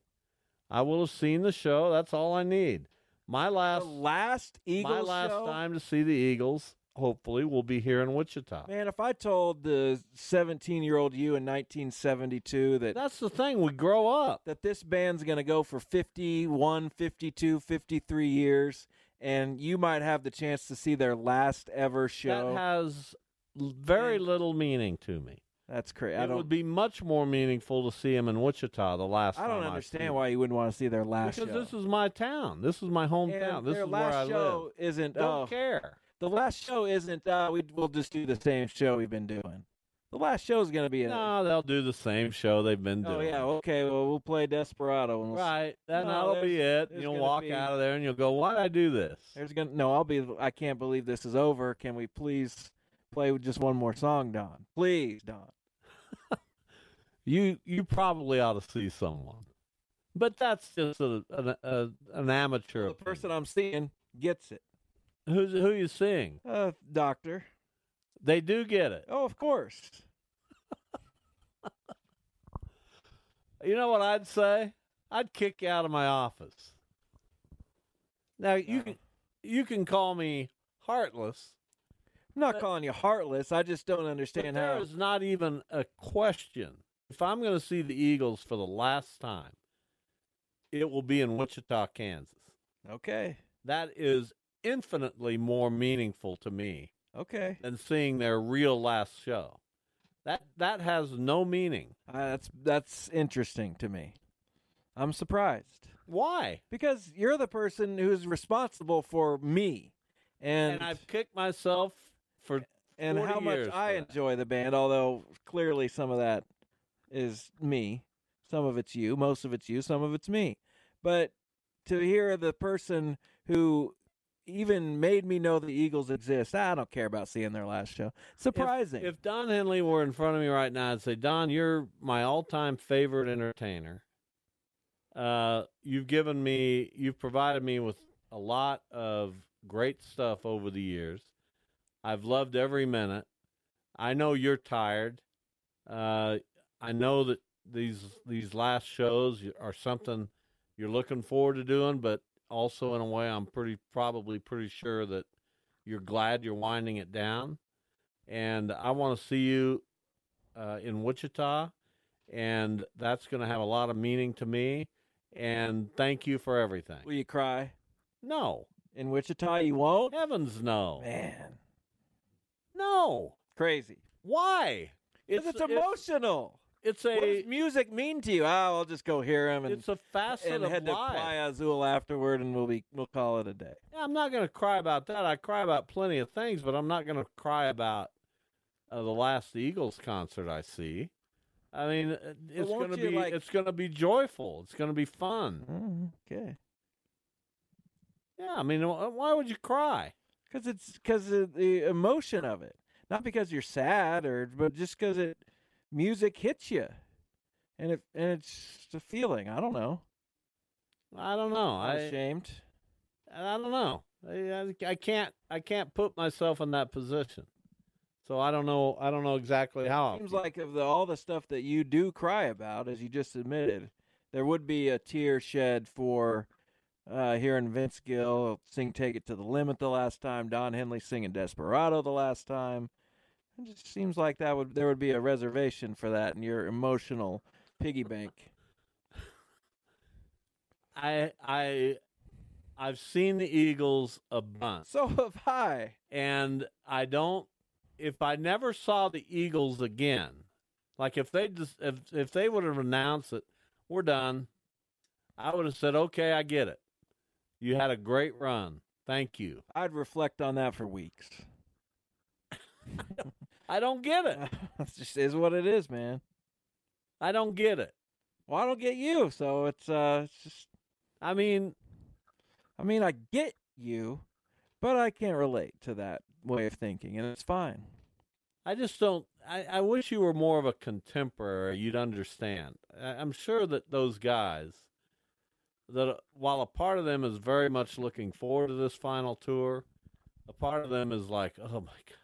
[SPEAKER 4] I will have seen the show. That's all I need. My
[SPEAKER 5] the
[SPEAKER 4] last,
[SPEAKER 5] last Eagles
[SPEAKER 4] my last
[SPEAKER 5] show?
[SPEAKER 4] time to see the Eagles, hopefully, will be here in Wichita.
[SPEAKER 5] Man, if I told the 17 year old you in 1972 that
[SPEAKER 4] That's the thing. We grow up.
[SPEAKER 5] that this band's going to go for 51, 52, 53 years, and you might have the chance to see their last ever show.
[SPEAKER 4] That has l- very
[SPEAKER 5] And-
[SPEAKER 4] little meaning to me.
[SPEAKER 5] That's crazy. I
[SPEAKER 4] It would
[SPEAKER 5] don't.
[SPEAKER 4] be much more meaningful to see him in Wichita the last
[SPEAKER 5] I don't
[SPEAKER 4] time see
[SPEAKER 5] understand
[SPEAKER 4] 'em.
[SPEAKER 5] why you wouldn't want to see their last
[SPEAKER 4] Because
[SPEAKER 5] show.
[SPEAKER 4] this is my town. This is my
[SPEAKER 5] And
[SPEAKER 4] hometown. this
[SPEAKER 5] their
[SPEAKER 4] is
[SPEAKER 5] last
[SPEAKER 4] where I
[SPEAKER 5] show
[SPEAKER 4] live.
[SPEAKER 5] isn't.
[SPEAKER 4] Don't
[SPEAKER 5] oh,
[SPEAKER 4] care.
[SPEAKER 5] The last show isn't. Uh, we we'll just do the same show we've been doing. The last show is going to be. a-
[SPEAKER 4] No, they'll do the same show they've been doing.
[SPEAKER 5] oh yeah. Okay. Well, we'll play Desperado. And we'll s-
[SPEAKER 4] Right. That,
[SPEAKER 5] No,
[SPEAKER 4] that'll be
[SPEAKER 5] there's-
[SPEAKER 4] it.
[SPEAKER 5] there's
[SPEAKER 4] You'll
[SPEAKER 5] gonna
[SPEAKER 4] walk
[SPEAKER 5] be-
[SPEAKER 4] out of there and you'll go, why did I do this?
[SPEAKER 5] There's gonna no. I'll be. I can't believe this is over. Can we please play with just one more song, Don. Please, Don.
[SPEAKER 4] you you probably ought to see someone, but that's just a, an, a, an amateur.
[SPEAKER 5] The person I'm seeing gets it.
[SPEAKER 4] Who's who you seeing?
[SPEAKER 5] Uh, doctor.
[SPEAKER 4] They do get it.
[SPEAKER 5] Oh, of course.
[SPEAKER 4] You know what I'd say? I'd kick you out of my office. Now you can you can call me heartless.
[SPEAKER 5] I'm not calling you heartless. I just don't understand
[SPEAKER 4] There
[SPEAKER 5] how.
[SPEAKER 4] is not even a question. If I'm going to see the Eagles for the last time, it will be in Wichita, Kansas.
[SPEAKER 5] Okay.
[SPEAKER 4] That is infinitely more meaningful to me
[SPEAKER 5] Okay.
[SPEAKER 4] than seeing their real last show. That that has no meaning.
[SPEAKER 5] Uh, that's that's interesting to me. I'm surprised
[SPEAKER 4] Why?
[SPEAKER 5] because you're the person who's responsible for me, and
[SPEAKER 4] And, I've kicked myself for
[SPEAKER 5] and
[SPEAKER 4] 40
[SPEAKER 5] how much
[SPEAKER 4] years
[SPEAKER 5] I
[SPEAKER 4] for that.
[SPEAKER 5] enjoy the band. Although clearly some of that is me, some of it's you, most of it's you, some of it's me. But to hear the person who even made me know the Eagles exist, I don't care about seeing their last show. Surprising.
[SPEAKER 4] If, if Don Henley were in front of me right now, I'd say, Don, you're my all-time favorite entertainer. Uh, you've given me, you've provided me with a lot of great stuff over the years. I've loved every minute. I know you're tired. Uh, I know that these these last shows are something you're looking forward to doing, but also in a way, I'm pretty probably pretty sure that you're glad you're winding it down and I want to see you uh, in Wichita, and that's going to have a lot of meaning to me. And thank you for everything.
[SPEAKER 5] Will you cry
[SPEAKER 4] no,
[SPEAKER 5] in Wichita? You won't.
[SPEAKER 4] heavens, no,
[SPEAKER 5] Man,
[SPEAKER 4] no.
[SPEAKER 5] crazy.
[SPEAKER 4] Why?
[SPEAKER 5] 'Cause It's, emotional.
[SPEAKER 4] It's,
[SPEAKER 5] what does
[SPEAKER 4] a
[SPEAKER 5] music mean to you? Oh, I'll just go hear him and,
[SPEAKER 4] it's a facet
[SPEAKER 5] and
[SPEAKER 4] of
[SPEAKER 5] head
[SPEAKER 4] life.
[SPEAKER 5] to Playa Azul afterward, and we'll be we'll call it a day.
[SPEAKER 4] Yeah, I'm not going to cry about that. I cry about plenty of things, but I'm not going to cry about uh, the last Eagles concert I see. I mean, uh, it's
[SPEAKER 5] won't
[SPEAKER 4] going to
[SPEAKER 5] you,
[SPEAKER 4] be
[SPEAKER 5] like-
[SPEAKER 4] it's going to be joyful. It's going to be fun.
[SPEAKER 5] Mm, okay,
[SPEAKER 4] Yeah, I mean, wh- why would you cry?
[SPEAKER 5] because it's because of the emotion of it, not because you're sad or but just because it music hits you, and it and it's a feeling. I don't know.
[SPEAKER 4] I don't know.
[SPEAKER 5] I'm
[SPEAKER 4] I
[SPEAKER 5] ashamed.
[SPEAKER 4] I don't know. I, I- I can't I can't put myself in that position. So I don't know. I don't know exactly how.
[SPEAKER 5] Seems like of the, all the stuff that you do cry about, as you just admitted, there would be a tear shed for uh, hearing Vince Gill sing "Take It to the Limit" the last time, Don Henley singing "Desperado" the last time. It just seems like that would there would be a reservation for that in your emotional piggy bank.
[SPEAKER 4] I I I've seen the Eagles a bunch,
[SPEAKER 5] So have I.
[SPEAKER 4] and I don't. If I never saw the Eagles again, like if they just if if they would have announced it, we're done. I would have said, okay, I get it. You had a great run. Thank you.
[SPEAKER 5] I'd reflect on that for weeks.
[SPEAKER 4] I don't get it.
[SPEAKER 5] it just is what it is, man.
[SPEAKER 4] I don't get it.
[SPEAKER 5] Well, I don't get you, so it's uh, it's just.
[SPEAKER 4] I mean,
[SPEAKER 5] I mean, I get you, but I can't relate to that way of thinking, and it's fine.
[SPEAKER 4] I just don't. I, I wish you were more of a contemporary. You'd understand. I, I'm sure that those guys, that uh, while a part of them is very much looking forward to this final tour, a part of them is like, oh my God,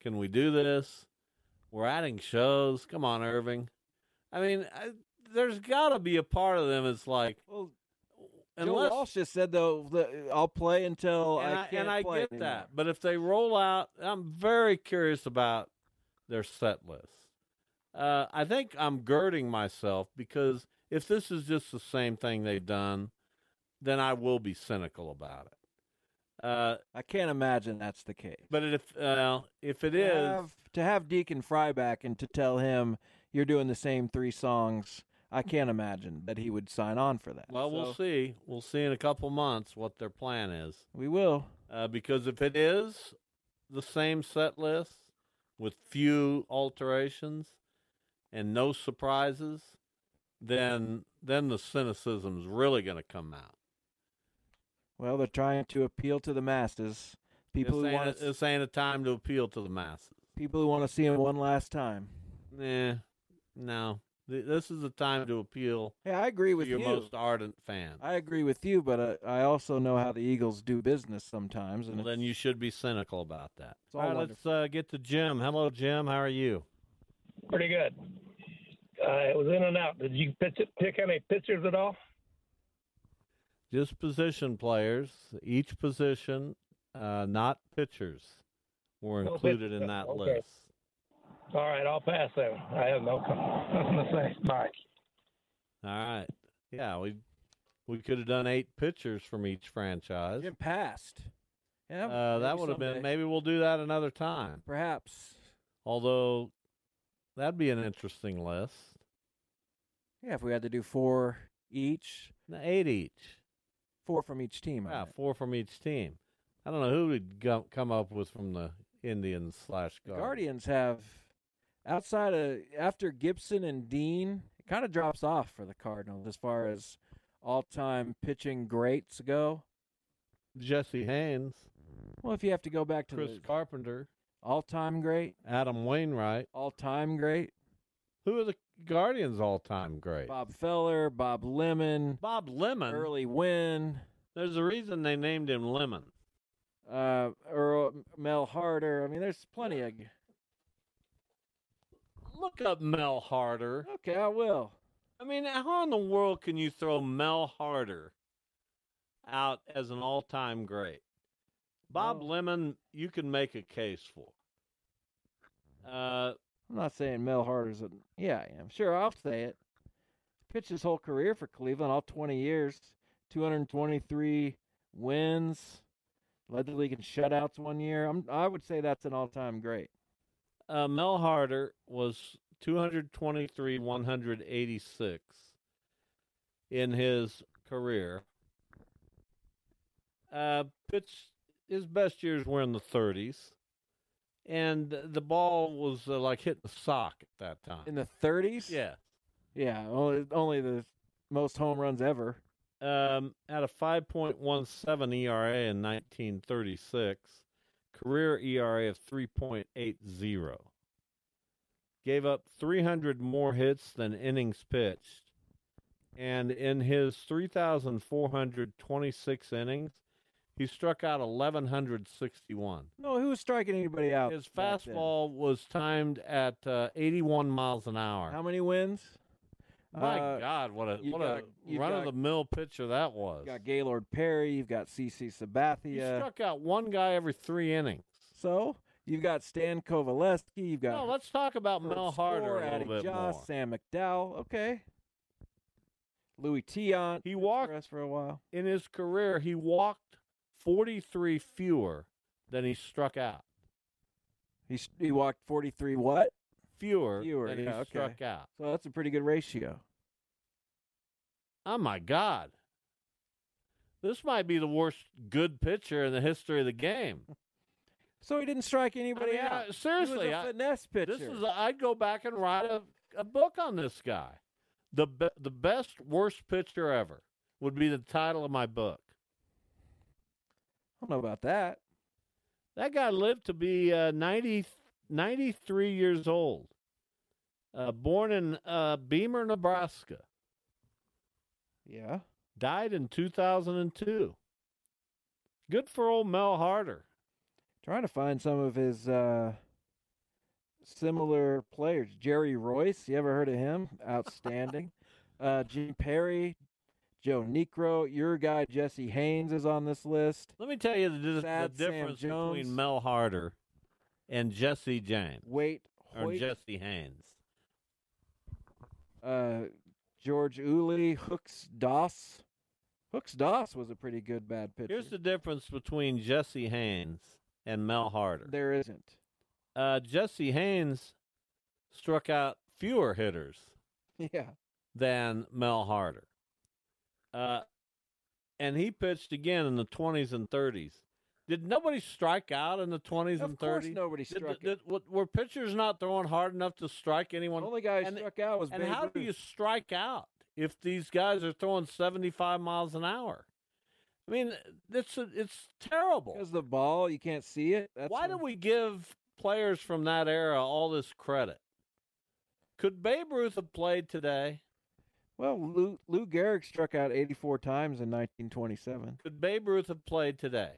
[SPEAKER 4] can we do this? We're adding shows. Come on, Irving. I mean, I, there's got to be a part of them that's like,
[SPEAKER 5] Well, Joe
[SPEAKER 4] unless.
[SPEAKER 5] Walsh just said though, the- I'll play until
[SPEAKER 4] and
[SPEAKER 5] Oh, I
[SPEAKER 4] I,
[SPEAKER 5] can't
[SPEAKER 4] and I
[SPEAKER 5] play
[SPEAKER 4] get
[SPEAKER 5] anymore."
[SPEAKER 4] that. But if they roll out, I'm very curious about their set list. Uh, I think I'm girding myself because if this is just the same thing they've done, then I will be cynical about it. Uh,
[SPEAKER 5] I can't imagine that's the case.
[SPEAKER 4] but if uh, if it
[SPEAKER 5] to
[SPEAKER 4] is,
[SPEAKER 5] have, to have Deacon Fry back and to tell him you're doing the same three songs. I can't imagine that he would sign on for that.
[SPEAKER 4] well, we'll
[SPEAKER 5] So,
[SPEAKER 4] see. We'll see in a couple months what their plan is.
[SPEAKER 5] We will.
[SPEAKER 4] uh, because if it is the same set list with few alterations and no surprises, then then the cynicism's really going to come out.
[SPEAKER 5] Well, they're trying to appeal to the masses, people
[SPEAKER 4] this
[SPEAKER 5] who
[SPEAKER 4] ain't
[SPEAKER 5] want
[SPEAKER 4] a, this ain't a time to appeal to the masses.
[SPEAKER 5] People who want to see him one last time.
[SPEAKER 4] Nah, no. Th- This is the time to appeal
[SPEAKER 5] Hey, I agree
[SPEAKER 4] to
[SPEAKER 5] with
[SPEAKER 4] your
[SPEAKER 5] you.
[SPEAKER 4] most ardent fan.
[SPEAKER 5] I agree with you, but uh, I also know how the Eagles do business sometimes, and
[SPEAKER 4] Well, then
[SPEAKER 5] it's-
[SPEAKER 4] you should be cynical about that.
[SPEAKER 5] It's all
[SPEAKER 4] right, let's uh, get to Jim. Hello, Jim. How are you?
[SPEAKER 7] Pretty good. Uh, it was in and out. Did you pitch it, pick any pitchers at all?
[SPEAKER 4] Just position players, each position, uh, not pitchers, were
[SPEAKER 7] No
[SPEAKER 4] included in
[SPEAKER 7] pitchers,
[SPEAKER 4] that
[SPEAKER 7] okay.
[SPEAKER 4] list.
[SPEAKER 7] All right, I'll pass then. I have no nothing to say. Bye.
[SPEAKER 4] All right. Yeah, we we could have done eight pitchers from each franchise.
[SPEAKER 5] Jim passed. Yeah,
[SPEAKER 4] Uh, that
[SPEAKER 5] maybe
[SPEAKER 4] would have been.
[SPEAKER 5] someday.
[SPEAKER 4] Maybe we'll do that another time.
[SPEAKER 5] perhaps.
[SPEAKER 4] Although, that'd be an interesting list.
[SPEAKER 5] Yeah, if we had to do four each,
[SPEAKER 4] Now, Eight each.
[SPEAKER 5] four from each team. I
[SPEAKER 4] Yeah,
[SPEAKER 5] meant.
[SPEAKER 4] four from each team. I don't know who would go- come up with from the Indians slash
[SPEAKER 5] The
[SPEAKER 4] Guardians.
[SPEAKER 5] Guardians have outside of after Gibson and Dean, it kind of drops off for the Cardinals as far as all-time pitching greats go.
[SPEAKER 4] Jesse Haynes,
[SPEAKER 5] Well, if you have to go back to
[SPEAKER 4] Chris
[SPEAKER 5] the
[SPEAKER 4] Carpenter,
[SPEAKER 5] all-time great,
[SPEAKER 4] Adam Wainwright.
[SPEAKER 5] all-time great,
[SPEAKER 4] Who are the Guardians' all-time great?
[SPEAKER 5] Bob Feller, Bob Lemon,
[SPEAKER 4] Bob Lemon.
[SPEAKER 5] Early Win,
[SPEAKER 4] There's a reason they named him Lemon.
[SPEAKER 5] uh, Earl, Mel Harder. I mean, there's plenty of.
[SPEAKER 4] Look up Mel Harder.
[SPEAKER 5] Okay, I will.
[SPEAKER 4] I mean, how in the world can you throw Mel Harder out as an all-time great? Bob
[SPEAKER 5] Oh.
[SPEAKER 4] Lemon, you can make a case for. Uh,
[SPEAKER 5] I'm not saying Mel Harder's a. Yeah, I am. Sure, I'll say it. Pitched his whole career for Cleveland, all 20 years, 223 wins, led the league in shutouts one year. I'm, I would say that's an all-time great.
[SPEAKER 4] uh, Mel Harder was 223, 186 in his career. Uh, pitched his best years were in the 30s, and the ball was uh, like hitting a sock at that time.
[SPEAKER 5] In the 30s?
[SPEAKER 4] yeah,
[SPEAKER 5] Yeah, only, only the most home runs ever.
[SPEAKER 4] um, had a 5.17 ERA E in 1936, career ERA of 3.80. Gave up 300 more hits than innings pitched. And in his 3,426 innings, he struck out 1,161.
[SPEAKER 5] No, who was striking anybody out?
[SPEAKER 4] His
[SPEAKER 5] back then?
[SPEAKER 4] fastball was timed at uh, 81 miles an hour.
[SPEAKER 5] How many wins?
[SPEAKER 4] My
[SPEAKER 5] Uh,
[SPEAKER 4] God, what a
[SPEAKER 5] you
[SPEAKER 4] what
[SPEAKER 5] got-
[SPEAKER 4] a
[SPEAKER 5] you
[SPEAKER 4] run of the mill pitcher that was!
[SPEAKER 5] You've got Gaylord Perry. You've got CC Sabathia.
[SPEAKER 4] You struck out one guy every three innings.
[SPEAKER 5] So you've got Stan Kovaleski. You've got
[SPEAKER 4] No, let's talk about
[SPEAKER 5] Herb
[SPEAKER 4] Mel Harder
[SPEAKER 5] Score,
[SPEAKER 4] a
[SPEAKER 5] Addy
[SPEAKER 4] little bit
[SPEAKER 5] Joss,
[SPEAKER 4] more.
[SPEAKER 5] Sam McDowell. Okay. Louis Tion.
[SPEAKER 4] He
[SPEAKER 5] pitched
[SPEAKER 4] walked-
[SPEAKER 5] for us for a while.
[SPEAKER 4] In his career, he walked 43 fewer than he struck out.
[SPEAKER 5] He s- he walked 43 what?
[SPEAKER 4] Fewer,
[SPEAKER 5] Fewer,
[SPEAKER 4] than he
[SPEAKER 5] yeah, okay.
[SPEAKER 4] struck out.
[SPEAKER 5] So that's a pretty good ratio.
[SPEAKER 4] Oh my God. This might be the worst good pitcher in the history of the game.
[SPEAKER 5] So he didn't strike anybody
[SPEAKER 4] mean, I-
[SPEAKER 5] out. he
[SPEAKER 4] seriously,
[SPEAKER 5] was a
[SPEAKER 4] I-
[SPEAKER 5] finesse pitcher.
[SPEAKER 4] This is I'd go back and write a, a book on this guy. The be, the best worst pitcher ever would be the title of my book.
[SPEAKER 5] I don't know about that.
[SPEAKER 4] That guy lived to be uh, 90, 93 years old, uh, born in uh, Beamer, Nebraska,
[SPEAKER 5] Yeah.
[SPEAKER 4] died in 2002. Good for old Mel Harder.
[SPEAKER 5] Trying to find some of his uh, similar players. Jerry Royce, you ever heard of him? Outstanding. uh, Jim Perry, Joe Necro, your guy Jesse Haynes is on this list.
[SPEAKER 4] Let me tell you the, the
[SPEAKER 5] Sad Sam
[SPEAKER 4] difference
[SPEAKER 5] Jones.
[SPEAKER 4] between Mel Harder and Jesse James
[SPEAKER 5] Wait,
[SPEAKER 4] or
[SPEAKER 5] Hoyt,
[SPEAKER 4] Jesse Haynes.
[SPEAKER 5] uh, George Uli, Hooks Doss. Hooks Doss was a pretty good bad pitcher.
[SPEAKER 4] Here's the difference between Jesse Haynes and Mel Harder.
[SPEAKER 5] there isn't.
[SPEAKER 4] Uh, Jesse Haynes struck out fewer hitters
[SPEAKER 5] Yeah.
[SPEAKER 4] than Mel Harder. Uh, and he pitched again in the 20s and 30s. Did nobody strike out in the 20s
[SPEAKER 5] Of
[SPEAKER 4] and 30s?
[SPEAKER 5] course nobody
[SPEAKER 4] Did the-
[SPEAKER 5] struck
[SPEAKER 4] did- w- were pitchers not throwing hard enough to strike anyone?
[SPEAKER 5] The only guy who
[SPEAKER 4] and-
[SPEAKER 5] struck out was
[SPEAKER 4] and
[SPEAKER 5] Babe
[SPEAKER 4] how do you
[SPEAKER 5] Ruth.
[SPEAKER 4] strike out if these guys are throwing 75 miles an hour? I mean, it's it's terrible.
[SPEAKER 5] Because the ball, you can't see it. That's
[SPEAKER 4] Why do
[SPEAKER 5] when-
[SPEAKER 4] we give players from that era all this credit. Could Babe Ruth have played today?
[SPEAKER 5] Well, Lou, Lou Gehrig struck out 84 times in 1927.
[SPEAKER 4] Could Babe Ruth have played today?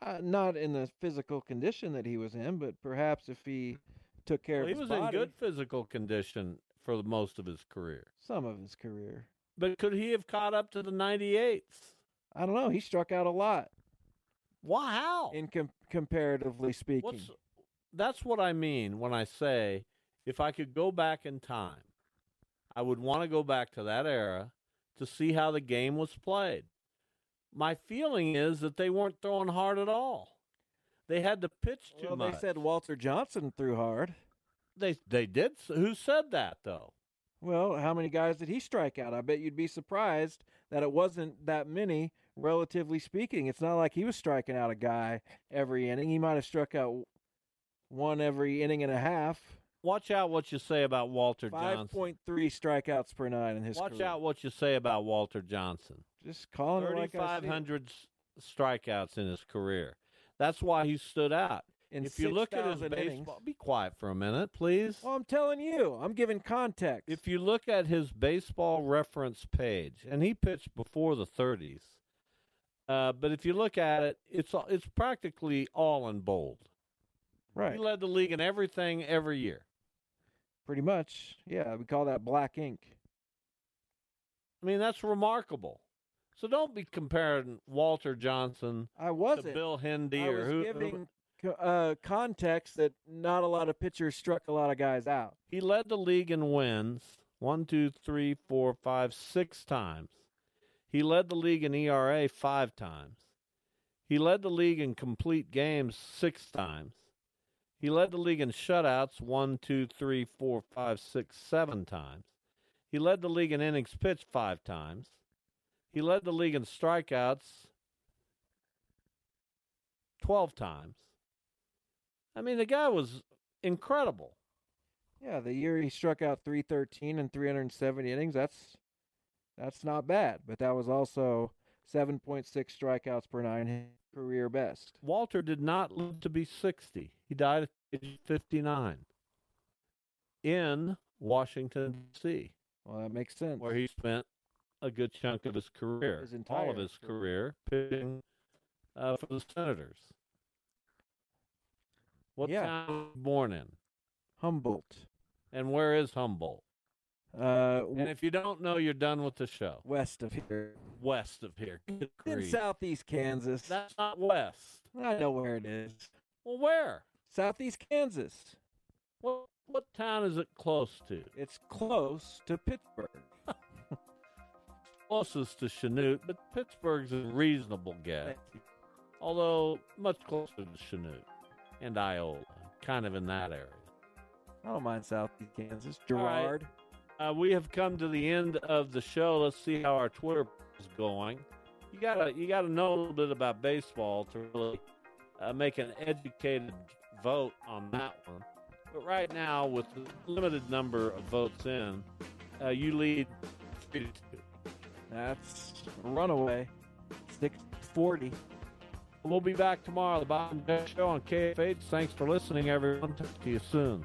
[SPEAKER 5] Uh, not in the physical condition that he was in, but perhaps if he took care
[SPEAKER 4] Well,
[SPEAKER 5] of
[SPEAKER 4] he
[SPEAKER 5] his
[SPEAKER 4] was in
[SPEAKER 5] body,
[SPEAKER 4] good physical condition for the most of his career.
[SPEAKER 5] some of his career.
[SPEAKER 4] But could he have caught up to the 98th?
[SPEAKER 5] I don't know. He struck out a lot
[SPEAKER 4] Why? How?
[SPEAKER 5] in com- comparatively speaking.
[SPEAKER 4] Oh. What's, that's what I mean when I say if I could go back in time, I would want to go back to that era to see how the game was played. My feeling is that they weren't throwing hard at all. They had to pitch too
[SPEAKER 5] well,
[SPEAKER 4] much.
[SPEAKER 5] they said Walter Johnson threw hard.
[SPEAKER 4] they they did. s- Who said that though?
[SPEAKER 5] Well, how many guys did he strike out? I bet you'd be surprised that it wasn't that many, relatively speaking. It's not like he was striking out a guy every inning. He might have struck out one every inning and a half.
[SPEAKER 4] Watch out what you say about Walter
[SPEAKER 5] Five
[SPEAKER 4] Johnson.
[SPEAKER 5] point three strikeouts per nine in his
[SPEAKER 4] Watch
[SPEAKER 5] career.
[SPEAKER 4] out what you say about Walter Johnson.
[SPEAKER 5] Just calling it like I see it.
[SPEAKER 4] 3,500 s- strikeouts in his career. That's why he stood out.
[SPEAKER 5] In
[SPEAKER 4] if you look at his
[SPEAKER 5] 6,000
[SPEAKER 4] baseball,
[SPEAKER 5] innings.
[SPEAKER 4] be quiet for a minute, please.
[SPEAKER 5] Well, I'm telling you, I'm giving context.
[SPEAKER 4] If you look at his baseball reference page, and he pitched before the 30s, uh, but if you look at it, it's all- it's practically all in bold.
[SPEAKER 5] right,
[SPEAKER 4] He led the league in everything every year.
[SPEAKER 5] pretty much. Yeah, we call that black ink.
[SPEAKER 4] I mean, that's remarkable. So don't be comparing Walter Johnson
[SPEAKER 5] I wasn't.
[SPEAKER 4] to Bill Hendy
[SPEAKER 5] I
[SPEAKER 4] or
[SPEAKER 5] was
[SPEAKER 4] who, who
[SPEAKER 5] giving co- uh, context that not a lot of pitchers struck a lot of guys out.
[SPEAKER 4] He led the league in wins one, two, three, four, five, six times. He led the league in ERA five times. He led the league in complete games six times. He led the league in shutouts one, two, three, four, five, six, seven times. He led the league in innings pitched five times. He led the league in strikeouts 12 times. I mean, the guy was incredible.
[SPEAKER 5] Yeah, the year he struck out 313 and 370 innings, that's that's not bad, but that was also 7.6 strikeouts per 9 his career best.
[SPEAKER 4] Walter did not live to be 60. He died at age 59 in Washington, D.C.,
[SPEAKER 5] Well, that makes sense.
[SPEAKER 4] where he spent a good chunk of his career,
[SPEAKER 5] His
[SPEAKER 4] all
[SPEAKER 5] entire
[SPEAKER 4] of his
[SPEAKER 5] career.
[SPEAKER 4] career, pitching uh, for the Senators. What
[SPEAKER 5] Yeah.
[SPEAKER 4] town was he born in?
[SPEAKER 5] Humboldt.
[SPEAKER 4] And where is Humboldt?
[SPEAKER 5] Uh w-
[SPEAKER 4] And if you don't know, you're done with the show.
[SPEAKER 5] west of here.
[SPEAKER 4] West of here. Good
[SPEAKER 5] In
[SPEAKER 4] grief.
[SPEAKER 5] southeast Kansas.
[SPEAKER 4] That's not west.
[SPEAKER 5] I know where it is.
[SPEAKER 4] Well, where?
[SPEAKER 5] Southeast Kansas.
[SPEAKER 4] What, what town is it close to?
[SPEAKER 5] It's close to Pittsburgh.
[SPEAKER 4] closest to Chanute, but Pittsburgh's a reasonable guess, although much closer to Chanute and Iola, kind of in that area.
[SPEAKER 5] I don't mind Southeast Kansas.
[SPEAKER 4] All right.
[SPEAKER 5] Gerard.
[SPEAKER 4] Uh, we have come to the end of the show. Let's see how our Twitter is going. You gotta you gotta know a little bit about baseball to really uh, make an educated vote on that one. But right now, with the limited number of votes in, uh, you lead three to two.
[SPEAKER 5] That's a runaway. 640.
[SPEAKER 4] We'll be back tomorrow, the Bob and Jeff Show on KFH. Thanks for listening, everyone. Talk to you soon.